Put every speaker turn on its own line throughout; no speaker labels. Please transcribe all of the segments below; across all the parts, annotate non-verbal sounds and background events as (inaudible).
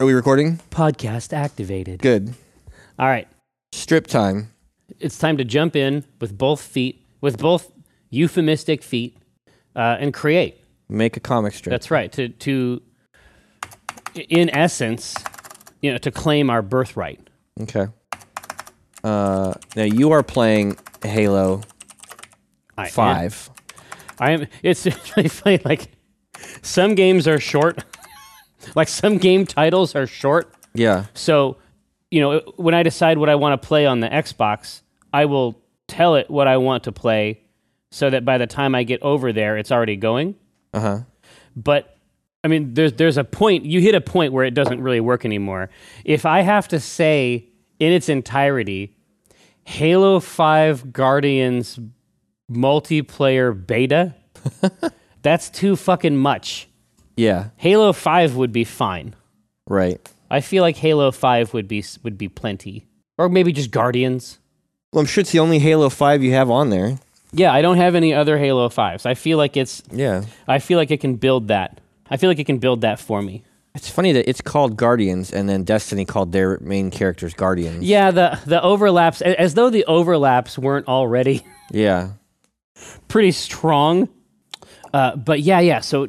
Are we recording?
Podcast activated.
Good.
All right.
Strip time.
It's time to jump in with both feet, with both euphemistic feet, uh, and create.
Make a comic strip.
That's right. To, to, in essence, you know, to claim our birthright.
okay. Uh, now you are playing Halo
I am-
Five.
I am. It's (laughs) really funny. Like some games are short. (laughs) like some game titles are short.
Yeah.
So, you know, when I decide what I want to play on the Xbox, I will tell it what I want to play so that by the time I get over there, it's already going.
Uh huh.
But I mean, there's there's a point. You hit a point where it doesn't really work anymore. If I have to say in its entirety, Halo Five Guardians multiplayer beta, that's too fucking much.
Yeah.
Halo Five would be fine.
Right.
I feel like Halo Five would be would be plenty, or maybe just Guardians.
Well, I'm sure it's the only Halo Five you have on there.
Yeah, I don't have any other Halo Fives. I feel like it's
Yeah.
I feel like it can build that. I feel like it can build that for me.
It's funny that it's called Guardians, and then Destiny called their main characters Guardians.
Yeah, the the overlaps a- as though the overlaps weren't already (laughs)
Yeah.
pretty strong. Uh, but yeah, yeah. So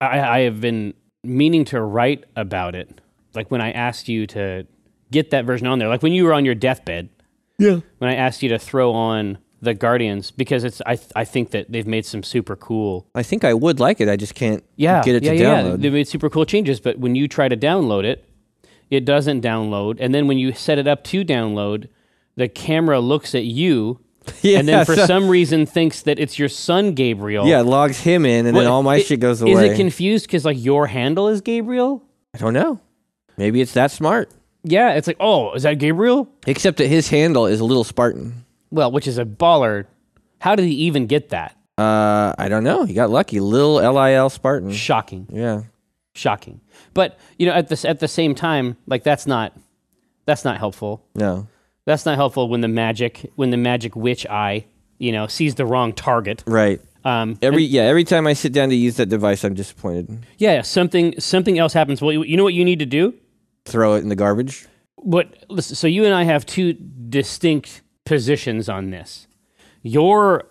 I, I have been meaning to write about it. Like when I asked you to get that version on there, like when you were on your deathbed,
Yeah.
when I asked you to throw on the Guardians because it's I I think that they've made some super cool
I think I would like it. I just can't
yeah
get it
yeah,
to
yeah, yeah.
download.
They made super cool changes, but when you try to download it, it doesn't download. And then when you set it up to download, the camera looks
(laughs)
at you.
Yeah,
and then for
so-
some reason thinks that it's your son Gabriel.
Yeah, it logs him in, and then all my
It-
shit goes
Is
away.
it confused because like your handle is Gabriel?
I don't know. Maybe it's that smart.
Yeah, it's like oh, is that Gabriel?
Except that his handle is a little Spartan.
Well, which is a baller. How did he even get that?
Uh, I don't know. He got lucky. Little lil Spartan.
Shocking.
Yeah.
shocking. But you know, at this at the same time, like that's not that's not helpful.
No.
That's not helpful when the magic when the magic witch eye you know sees the wrong target.
Right.
Um,
Every yeah. Every time I sit down to use that device, I'm disappointed.
yeah, something something else happens. Well, you, you know what you need to do.
Throw it in the garbage.
What? Listen, so you and I have two distinct positions on this. Your,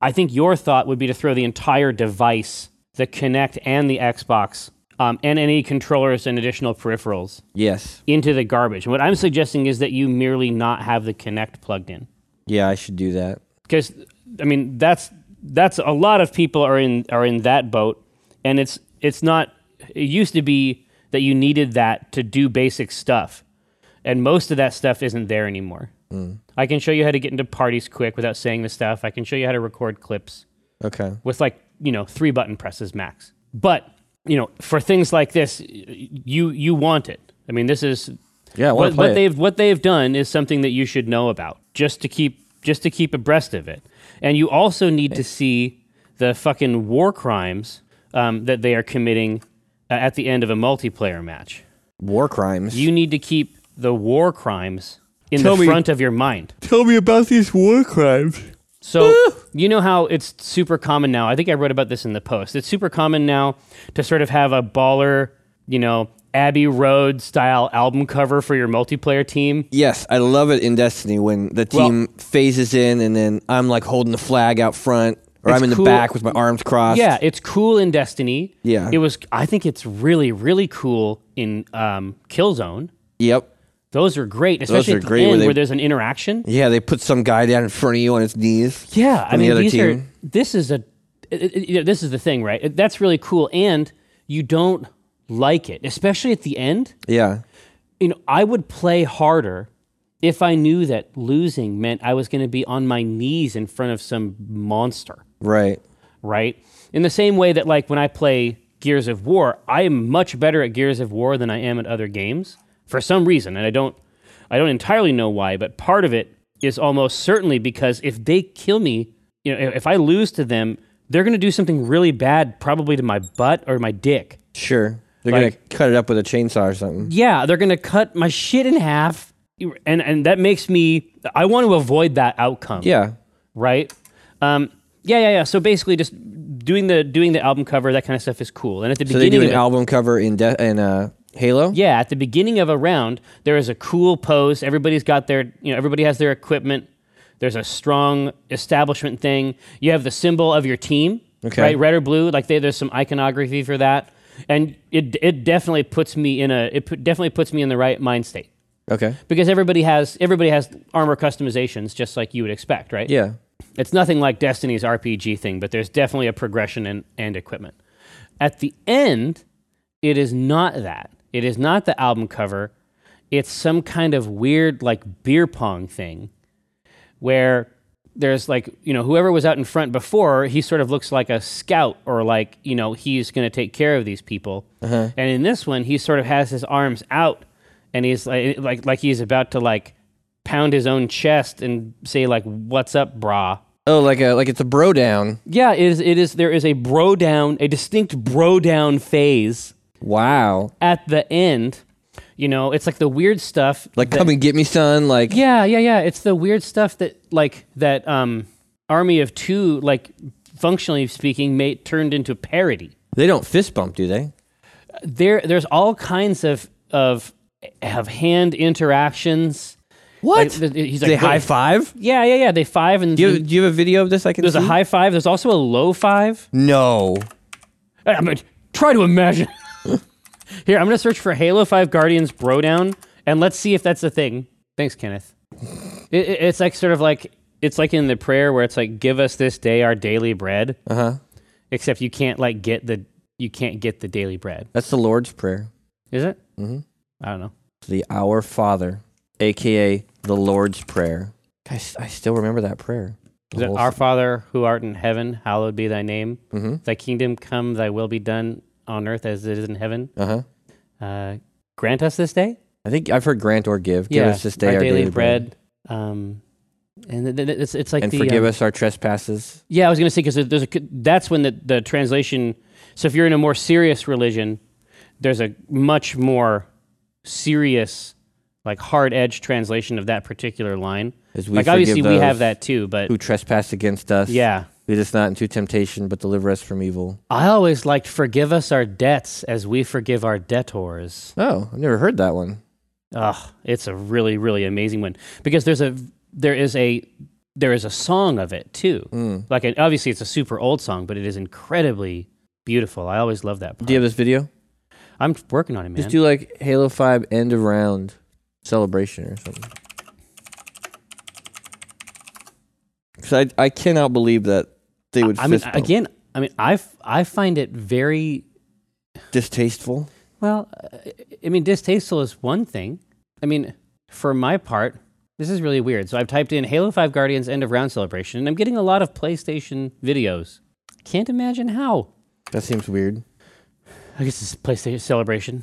I think your thought would be to throw the entire device, the Kinect and the Xbox, um, and any controllers and additional peripherals
Yes.
into the garbage. What I'm suggesting is that you merely not have the connect plugged in.
Yeah, I should do that.
Because I mean that's that's a lot of people are in are in that boat and it's it's not it used to be that you needed that to do basic stuff. And most of that stuff isn't there anymore. I can show you how to get into parties quick without saying the stuff. I can show you how to record clips
Okay.
with like you know three button presses max but you know for things like this y- you you want it i mean this is
Yeah, I wanna
what,
play
what
it.
they've what they've done is something that you should know about just to keep just to keep abreast of it and you also need to see the fucking war crimes um, that they are committing uh, at the end of a multiplayer match
War crimes.
you need to keep the war crimes in
Tell
the
me-
front of your mind
tell me about these war crimes.
so you know how it's super common now. I think I wrote about this in the post. It's super common now to sort of have a baller, you know, Abbey Road style album cover for your multiplayer team.
Yes, I love it in Destiny when the
Well-
team phases in, and then I'm like holding the flag out front, or
It's
I'm in
cool.
the back with my arms crossed.
Yeah, it's cool in Destiny.
Yeah.
It was I think it's really really cool in um Killzone.
Yep.
Those are great, especially
are
at the
great,
end
where
where,
they-
there's an interaction.
Yeah, they put some guy down in front of you on his knees.
Yeah, I
from the
mean
other
these are
team.
this is a it- it- it- this is the thing, right? That's really cool and you don't like it, especially at the end.
Yeah.
you know, I would play harder if I knew that losing meant I was going to be on my knees in front of some monster,
Right.
right? In the same way that, like, when I play Gears of War, I am much better at Gears of War than I am at other games for some reason, and I don't, I don't entirely know why, but part of it is almost certainly because if they kill me, you know, if- if I lose to them, they're going to do something really bad, probably to my butt or my dick.
Sure. They're
Like-
gonna cut it up with a chainsaw or something.
yeah, they're gonna cut my shit in half, and and that makes me I want to avoid that outcome.
Yeah.
Right. Um. Yeah, yeah, yeah. So basically, just doing the doing the album cover, that kind of stuff is cool. And at the
So they
beginning,
do an
of it-
album cover in de- in uh, Halo?
Yeah, at the beginning of a round, there is a cool pose. Everybody's got their, you know, everybody has their equipment. There's a strong establishment thing. You have the symbol of your team,
Okay.
right? Red or blue. Like they, there's some iconography for that, and it it definitely puts me in a it put, definitely puts me in the right mind state
Okay.
because everybody has everybody has armor customizations just like you would expect, right?
Yeah.
It's nothing like Destiny's RPG thing, but there's definitely a progression and, and equipment. At the end, it is not that. It is not the album cover. It's some kind of weird, like, beer pong thing where there's like, you know, whoever was out in front before, he sort of looks like a scout or like, you know, he's going to take care of these people. And in this one, he sort of has his arms out and he's like, like, like he's about to like pound his own chest and say, like, what's up, brah?
Oh, like a like it's a bro down.
Yeah, it is. It is. There is a bro down, a distinct bro down phase
Wow.
at the end. You know, it's like the weird stuff.
Like come and get me, son. Like
Yeah, yeah, yeah. It's the weird stuff that, like, that um, Army of Two, like, functionally speaking, made turned into parody.
they don't fist bump, do they?
There, there's all kinds of of of hand interactions.
What?
Like, th- he's
they
like,
high five?
Yeah, yeah, yeah. They five and
Do you, do you have a video of this I can
there's a
see?
high five. There's also a low five.
No.
I mean, try to imagine. (laughs) Here, I'm gonna search for Halo Five Guardians Bro Down, and let's see if that's a thing. Thanks, Kenneth. It, it- it's like sort of like it's like in the prayer where it's like, "Give us this day our daily bread."
Uh huh.
Except you can't like get the you can't get the daily bread.
That's the Lord's Prayer.
Is it?
Mhm.
I don't know.
The Our Father, aka the Lord's Prayer. Guys, I still remember that prayer.
Is it Our Father who art in heaven, hallowed be thy name.
Mm-hmm.
Thy kingdom come, thy will be done on earth as it is in heaven.
Uh huh.
Uh, grant us this day.
I think I've heard grant or give. Give us this day our,
daily, bread. Um, and th- th- it's it's like
And
the
forgive
um,
us our trespasses.
Yeah, I was gonna say because there's a that's when the, the translation. So if you're in a more serious religion, there's a much more serious, like hard edge translation of that particular line.
As we
like obviously
forgive
we have
those
that too, but
Who trespass against us.
yeah,
Lead us not into temptation, but deliver us from evil.
I always liked forgive us our debts as we forgive our debtors.
Oh, I've never heard that one.
Ugh, it's a really really amazing one because there's a there is a there is a song of it too.
Mm.
Like and obviously it's a super old song, but it is incredibly beautiful. I always love that. Part.
Do you have this video?
I'm working on it, man.
Just do like Halo 5 end of round celebration or something. Because I, I cannot believe that they would
I mean,
fist bump.
again, I mean, I f- I find it very
distasteful.
well. uh, I mean, distasteful is one thing. I mean, for my part, this is really weird. So I've typed in Halo Five Guardians end of round celebration, and I'm getting a lot of PlayStation videos. Can't imagine how.
That seems weird.
I guess it's PlayStation celebration.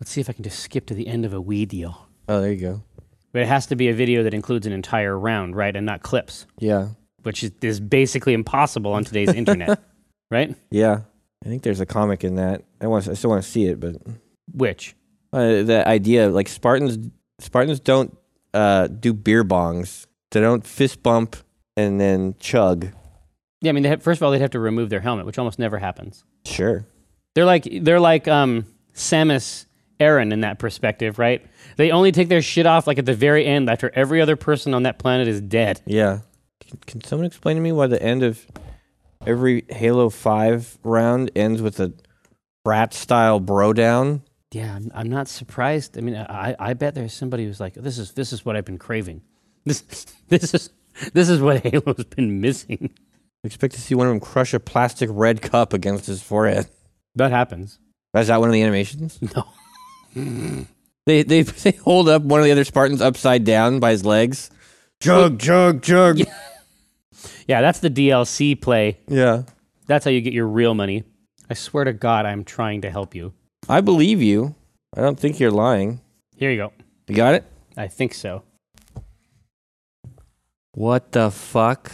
Let's see if I can just skip to the end of a Wii deal.
Oh, there you go.
But it has to be a video that includes an entire round, right, and not clips,
Yeah.
which is, is basically impossible on
(laughs)
today's internet, right?
Yeah. I think there's a comic in that. I want. I still want to see it, but
Which
uh, that idea, like Spartans, Spartans don't uh, do beer bongs. They don't fist bump and then chug.
Yeah, I mean, they have, first of all, they'd have to remove their helmet, which almost never happens.
Sure.
They're like they're like um, Samus Aran in that perspective, right? They only take their shit off like at the very end, after every other person on that planet is dead.
Yeah. Can, can someone explain to me why the end of every Halo 5 round ends with a frat style bro down?
Yeah, I'm, I'm not surprised. I mean, I, I bet there's somebody who's like, this is this is what I've been craving. (laughs) This this is this is what (laughs) Halo's been missing.
Expect to see one of them crush a plastic red cup against his forehead.
That happens.
Is that one of the animations?
No.
They they (laughs) they hold up one of the other Spartans upside down by his legs. Jug, jug, jug. Yeah.
Yeah, that's the DLC play. That's how you get your real money. I swear to God, I'm trying to help you.
I believe you. I don't think you're lying.
Here you go.
You got it?
I think so.
What the fuck?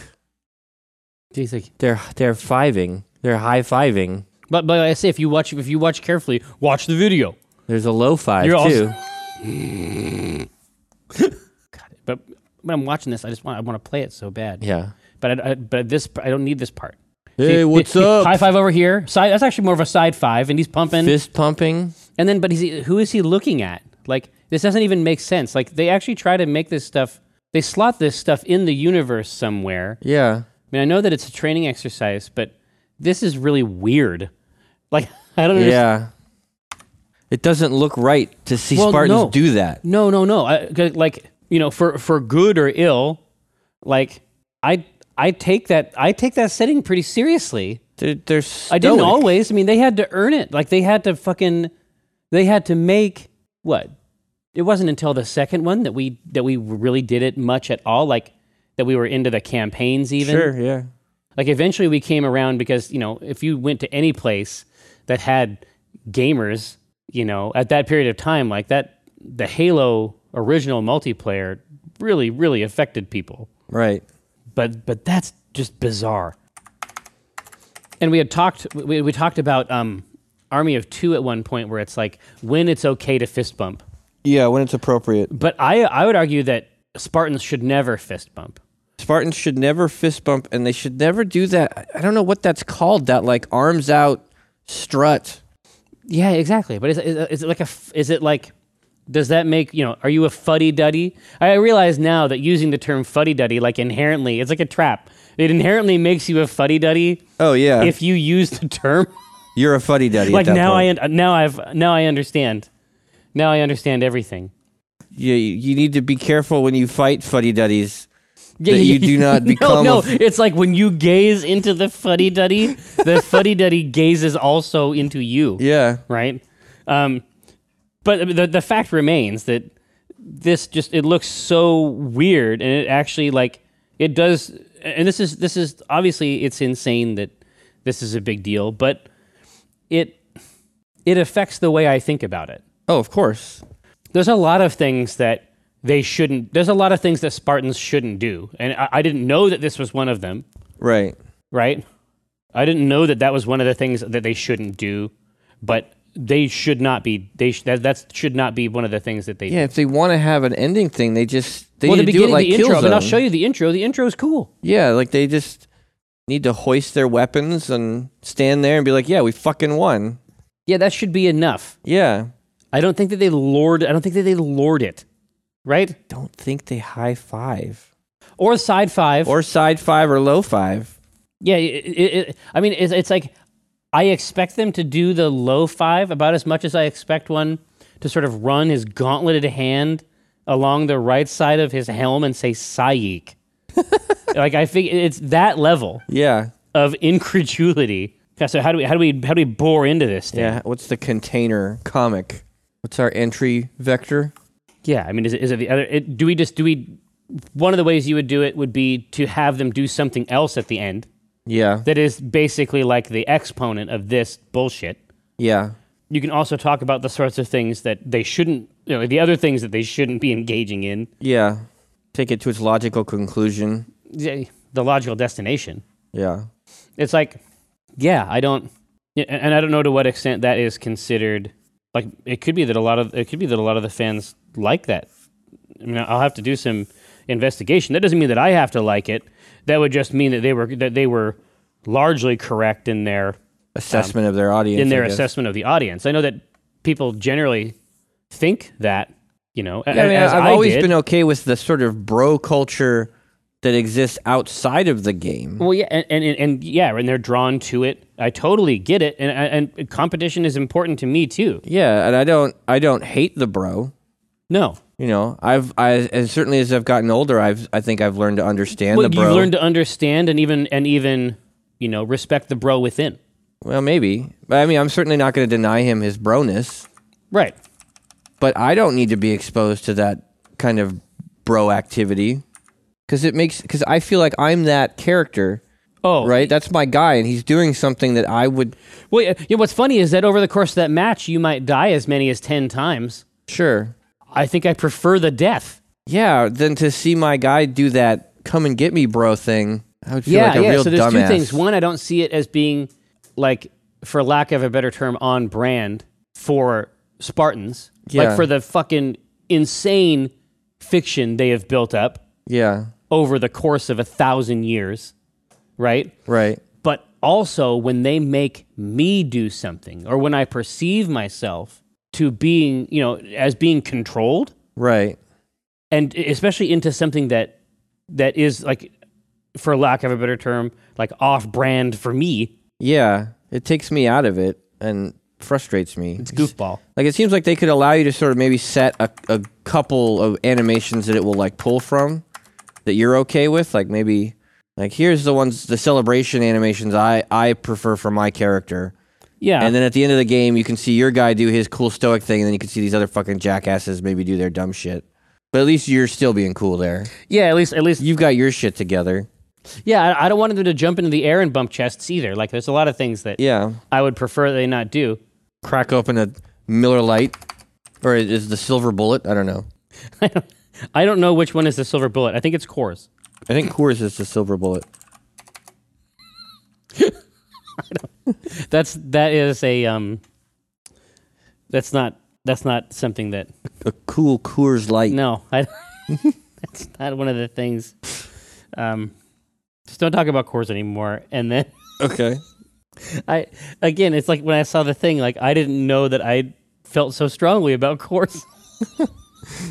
He's like,
They're they're fiving. They're high fiving.
But but I say if you watch if you watch carefully, watch the video.
There's a low 5
You're
too.
also- But when I'm watching this, I just want I want to play it so bad.
yeah.
But I, I- but this I don't need this part.
Hey,
See,
what's
he- he-
up?
High five over here. Side that's actually more of a side five, and he's pumping
Fist pumping.
And then, but he's, who is he looking at? Like, this doesn't even make sense. Like, they actually try to make this stuff, they slot this stuff in the universe somewhere.
Yeah.
I mean, I know that it's a training exercise, but this is really weird. Like, (laughs) I don't understand.
Yeah. It doesn't look right to see
Well,
Spartans
no.
do that.
No, no, no. I, 'cause, like, you know, for, for good or ill, like, I, I take that, I take that setting pretty seriously.
They're, they're
I didn't
stoic.
always. I mean, they had to earn it. Like they had to fucking, they had to make what? It wasn't until the second one that we that we really did it much at all. Like that we were into the campaigns even.
Sure, yeah.
Like eventually we came around because you know if you went to any place that had gamers, you know, at that period of time, like that the Halo original multiplayer really really affected people
Right.
but but that's just bizarre. And we had talked we, we talked about um, Army of Two at one point where it's like when it's okay to fist bump,
Yeah, when it's appropriate.
but I I would argue that Spartans should never fist bump.
Spartans should never fist bump and they should never do that. I- I don't know what that's called, that like arms out strut.
Yeah, exactly. But is, is, is it like a f- is it like does that make you know are you a fuddy duddy? I realize now that using the term fuddy duddy like inherently it's like a trap. It inherently makes you a fuddy duddy
Oh, yeah.
if you use the term.
You're a fuddy duddy.
like now I un- now I've now I understand. Now I understand everything.
You, you need to be careful when you fight fuddy duddies. That
(laughs)
you do not become
No, no.
a f-
it's like when you gaze into the fuddy duddy,
(laughs)
the fuddy duddy gazes also into you.
Yeah.
Right. Um, but the the fact remains that this just it looks so weird, and it actually like it does. And this is this is obviously it's insane that this is a big deal, but it it affects the way I think about it.
Oh, of course.
there's a lot of things that they shouldn't there's a lot of things that spartans shouldn't do and i, I didn't know that this was one of them
Right.
right i didn't know that that was one of the things that they shouldn't do but they should not be they sh- that that's, should not be one of the things that they
Yeah, if they want to have an ending thing, they just they
well the
need to do it like
beginning the intro and i'll
Killzone.
show you the intro the intro is cool
Yeah, like they just need to hoist their weapons and stand there and be like, "Yeah, we fucking won."
yeah that should be enough
Yeah.
i don't think that they lord i don't think that they lord it right
Don't think they high five
or side five
or side five or low five.
Yeah, it, it, it, I mean, it's, it's like I expect them to do the low five about as much as I expect one to sort of run his gauntleted hand along the right side of his helm and say "Sayik." like I think it's that level
Yeah.
of incredulity. Okay, so how do we how do we how do we bore into this thing?
Yeah. What's the container comic? What's our entry vector?
Yeah, I mean, is it, is it the other? It, do we just do we? One of the ways you would do it would be to have them do something else at the end
Yeah.
that is basically like the exponent of this bullshit.
Yeah.
you can also talk about the sorts of things that they shouldn't you know the other things that they shouldn't be engaging in
Yeah. Take it to its logical conclusion.
the the logical destination
Yeah.
it's like yeah i don't yeah, and and i don't know to what extent that is considered like it could be that a lot of it could be that a lot of the fans like that i mean i'll have to do some investigation that doesn't mean that i have to like it that would just mean that they were that they were largely correct in their
Assessment of their audience.
Um, in
I
their
guess.
assessment of the audience. I know that people generally think that, you know,
Yeah, I mean,
as
I've
I
always
did.
been okay with the sort of bro culture that exists outside of the game.
well, yeah, and, and, and, and yeah, and they're drawn to it. I totally get it, and and and competition is important to me too.
Yeah, and I don't I don't hate the bro.
No,
You know, I've I and certainly as I've gotten older, I've I think I've learned to understand
but
the
you
bro.
learn to understand and even and even you know respect the bro within.
well, maybe, but I mean, I'm certainly not going to deny him his broness.
Right.
But I don't need to be exposed to that kind of bro activity because it makes because I feel like I'm that character,
Oh,
right? That's my guy, and he's doing something that I would
Well, yeah, yeah, what's funny is that over the course of that match, you might die as many as ten times.
sure.
I think I prefer the death.
Yeah, then to see my guy do that come and get me bro thing, I would feel like a real
so there's
dumbass.
two things. One, I don't see it as being like, for lack of a better term, on brand for Spartans,
Yeah.
like for the fucking insane fiction they have built up
yeah,
over the course of a thousand years, right?
right.
But also when they make me do something or when I perceive myself to being, you know, as being controlled
Right.
and e, especially into something that that is like for lack of a better term, like off brand for me,
Yeah. It takes me out of it and frustrates me.
it's goofball.
Like it seems like they could allow you to sort of maybe set a, a couple of animations that it will like pull from that you're okay with. Like maybe like here's the ones the celebration animations I I prefer for my character.
Yeah.
And then at the end of the game you can see your guy do his cool stoic thing and then you can see these other fucking jackasses maybe do their dumb shit. But at least you're still being cool there.
yeah, at least at least
You've got your shit together.
yeah, I, I don't want them to jump into the air and bump chests either. Like there's a lot of things that
Yeah.
I would prefer they not do. (laughs)
Crack open a Miller Light or is the silver bullet? I don't know.
I don't know which one is the silver bullet. I think it's Coors.
I think Coors is the silver bullet.
That's that is a um that's not that's not something that
A cool Coors Light.
no, I (laughs) that's not one of the things um just don't talk about Coors anymore and then
Okay.
I again, it's like when I saw the thing, like I didn't know that I felt so strongly about Coors.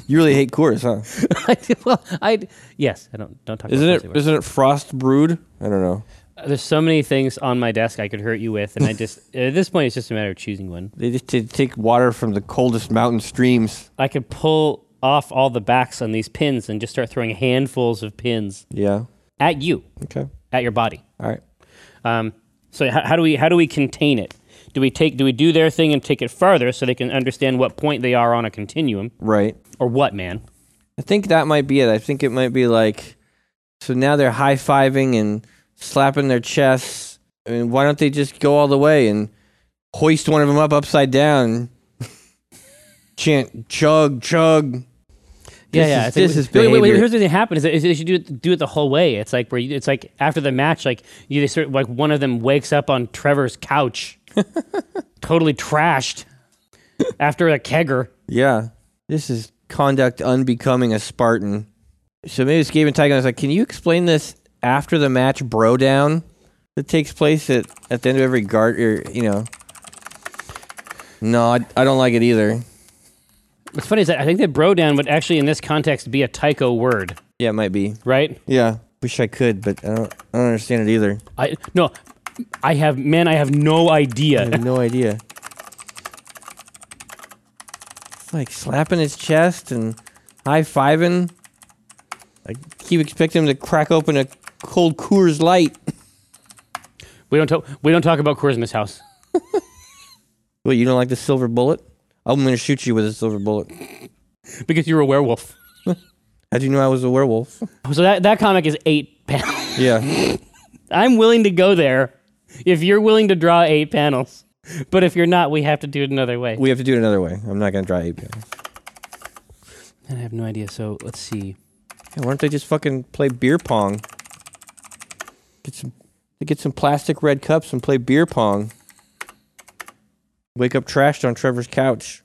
You really hate Coors, huh?
(laughs) I did- well, I yes, I don't don't talk.
Isn't
about Coors
it?
anymore.
Isn't it frost brewed? I don't know.
There's so many things on my desk I could hurt you with, and I
(laughs)
just at this point it's just a matter of choosing one.
They just t- take water from the coldest mountain streams.
I could pull off all the backs on these pins and just start throwing handfuls of pins
Yeah.
at you,
Okay.
at your body.
All right.
Um, so how, how do we how do we contain it? Do we take do we do their thing and take it farther so they can understand what point they are on a continuum
Right.
or what, man?
I think that might be it. I think it might be like, so now they're high fiving and slapping their chests. I mean, why don't they just go all the way and hoist one of them up upside down? (laughs) Chant, chug, chug.
Yeah,
This is-
yeah. I think
this
we-
is
wait, wait, wait.
behavior.
Here's what happens: is, is you do it, do it the whole way. It's like where you, it's like after the match, like you they sort of, like one of them wakes up on
(laughs)
Trevor's couch, totally trashed after a kegger.
Yeah. This is conduct unbecoming a Spartan. So maybe it's Gabe and Tigon is like, can you explain this after the match bro down that takes place at, at the end of every guard or you know? No, I, I don't like it either.
What's funny is that I think that bro down would actually in this context be a Tycho word,
Yeah, it might be.
right?
Yeah. Wish I could, but I don't I don't understand it either.
I no, I have man, I have no
I
idea.
have no idea. It's like slapping his chest and high fiving. I keep expecting him to crack open a cold Coors Light.
we don't talk we don't talk about Coors in this house.
What, you don't like the silver bullet? I'm gonna shoot you with a silver bullet.
because you're a werewolf.
How'd you know I was a werewolf?
So that that comic is eight panels.
Yeah. (laughs)
I'm willing to go there if you're willing to draw eight panels. But if you're not, we have to do it another way.
we have to do it another way. I'm not gonna draw eight panels.
I have no idea. So let's see.
Yeah, why don't they just fucking play beer pong? Get some get some plastic red cups and play beer pong. Wake up trashed on Trevor's couch.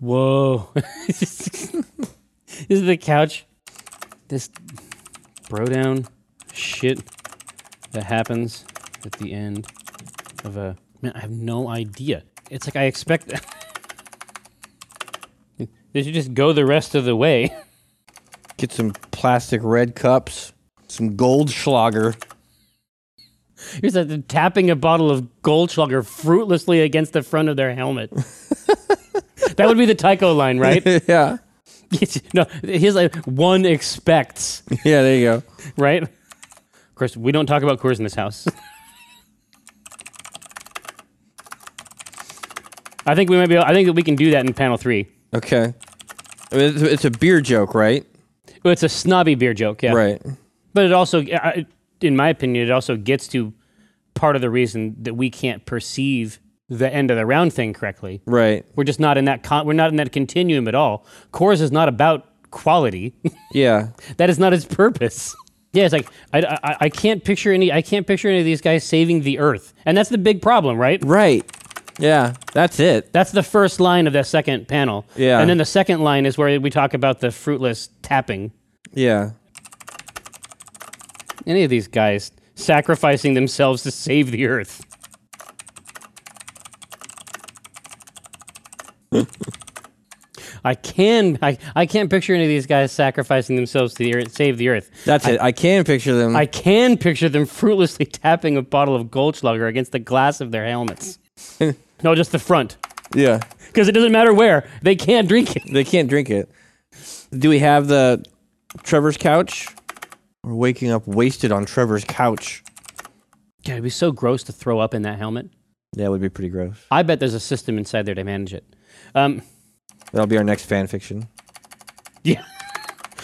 Whoa. (laughs) this is the couch. This bro down shit that happens at the end of a. Man, I have no idea. It's like I expect. (laughs) they should just go the rest of the way.
Get some plastic red cups. Some gold schlager.
Here's that they're tapping a bottle of Goldschlager fruitlessly against the front of their helmet. that would be the Tycho line,
(laughs)
right?
yeah.
no, here's like one expects,
Yeah, there you go.
right? Of course, we don't talk about Coors in this house. I think we might be. Able, I think that we can do that in panel three.
Okay. I mean, it's, it's a beer joke, right?
Well, It's a snobby beer joke, yeah.
Right.
But it also, I- in my opinion, it also gets to part of the reason that we can't perceive the end of the round thing correctly.
Right.
We're just not in that con- we're not in that continuum at all. Coors is not about quality. (laughs)
Yeah.
that is not its purpose. Yeah, it's like I, I, I can't picture any I can't picture any of these guys saving the earth, and that's the big problem, right?
Right. Yeah, that's it.
That's the first line of that second panel.
Yeah.
and then the second line is where we talk about the fruitless tapping.
Yeah.
Any of these guys sacrificing themselves to save the earth. (laughs) I can I, I can't picture any of these guys sacrificing themselves to the earth, save the earth.
That's it. I can picture them.
I can picture them fruitlessly (laughs) tapping a bottle of Goldschlager against the glass of their helmets. no, just the front,
yeah.
because it doesn't matter where they can't drink it.
They can't drink it. Do we have the Trevor's couch? We're waking up wasted on Trevor's couch.
God, it'd be so gross to throw up in that helmet.
That would be pretty gross.
I bet there's a system inside there to manage it. Um,
That'll be our next fan fiction. (laughs)
Yeah.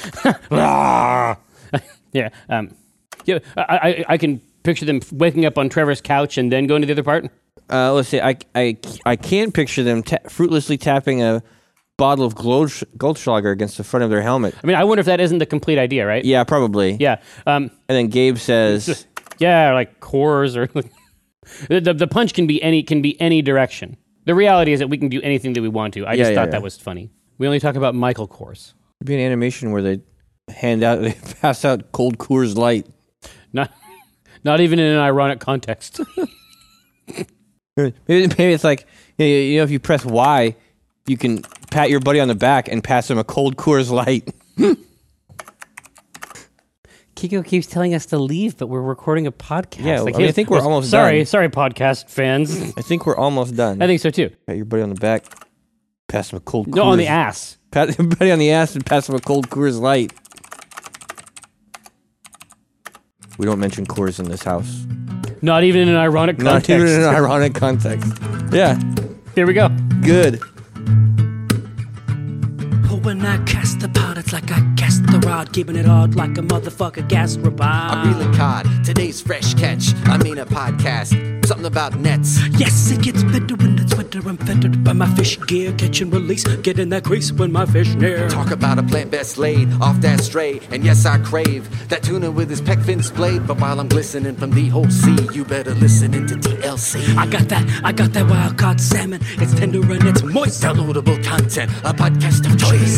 (laughs) Ah. yeah. Um, yeah. I, I, I can picture them waking up on Trevor's couch and then going to the other part.
Uh, let's see. I, I, I can picture them ta- fruitlessly tapping a bottle of Goldsch- Goldschlager against the front of their helmet.
I mean, I wonder if that isn't the complete idea, right?
Yeah, probably.
Yeah. Um,
And then Gabe (laughs) says,
yeah, or like cores or (laughs) the, the the punch can be any can be any direction. The reality is that we can do anything that we want to. I just
yeah,
thought
yeah.
that was funny. We only talk about Michael Kors.
"It'd be an animation where they hand out, (laughs) they pass out cold Coors Light."
(laughs) Not not even in an ironic context. (laughs)
Maybe, maybe it's like you know, you know, if you press Y, you can pat your buddy on the back and pass him a cold Coors Light.
Kiko keeps telling us to leave, but we're recording a podcast.
Yeah, I mean, I
hey,
think we're
well,
almost
sorry,
done.
sorry, podcast fans. (laughs)
I think we're almost done.
I think so too.
pat your buddy on the back, pass him a cold. Coors.
No, on the ass.
Pat your buddy on the ass and pass him a cold Coors Light. We don't mention Coors in this house.
Not even in an ironic
Not
context.
even in an ironic context. Yeah,
Here we go.
good.
But when I cast the pot, it's like I cast the rod, keeping it hard like a motherfucker gas robot.
I'm reeling cod. Today's fresh catch. I mean a podcast. Something about nets.
Yes, it gets better when it's winter. I'm fettered by my fish gear, catch and release, get in that crease when my fish near.
Talk about a plant best laid off that stray. And yes, I crave that tuna with his peck fin splayed. But while I'm glistening from the whole sea, you better listen into TLC.
I got that, I got that wild caught salmon. It's tender and it's moist.
Downloadable content, a podcast of choice.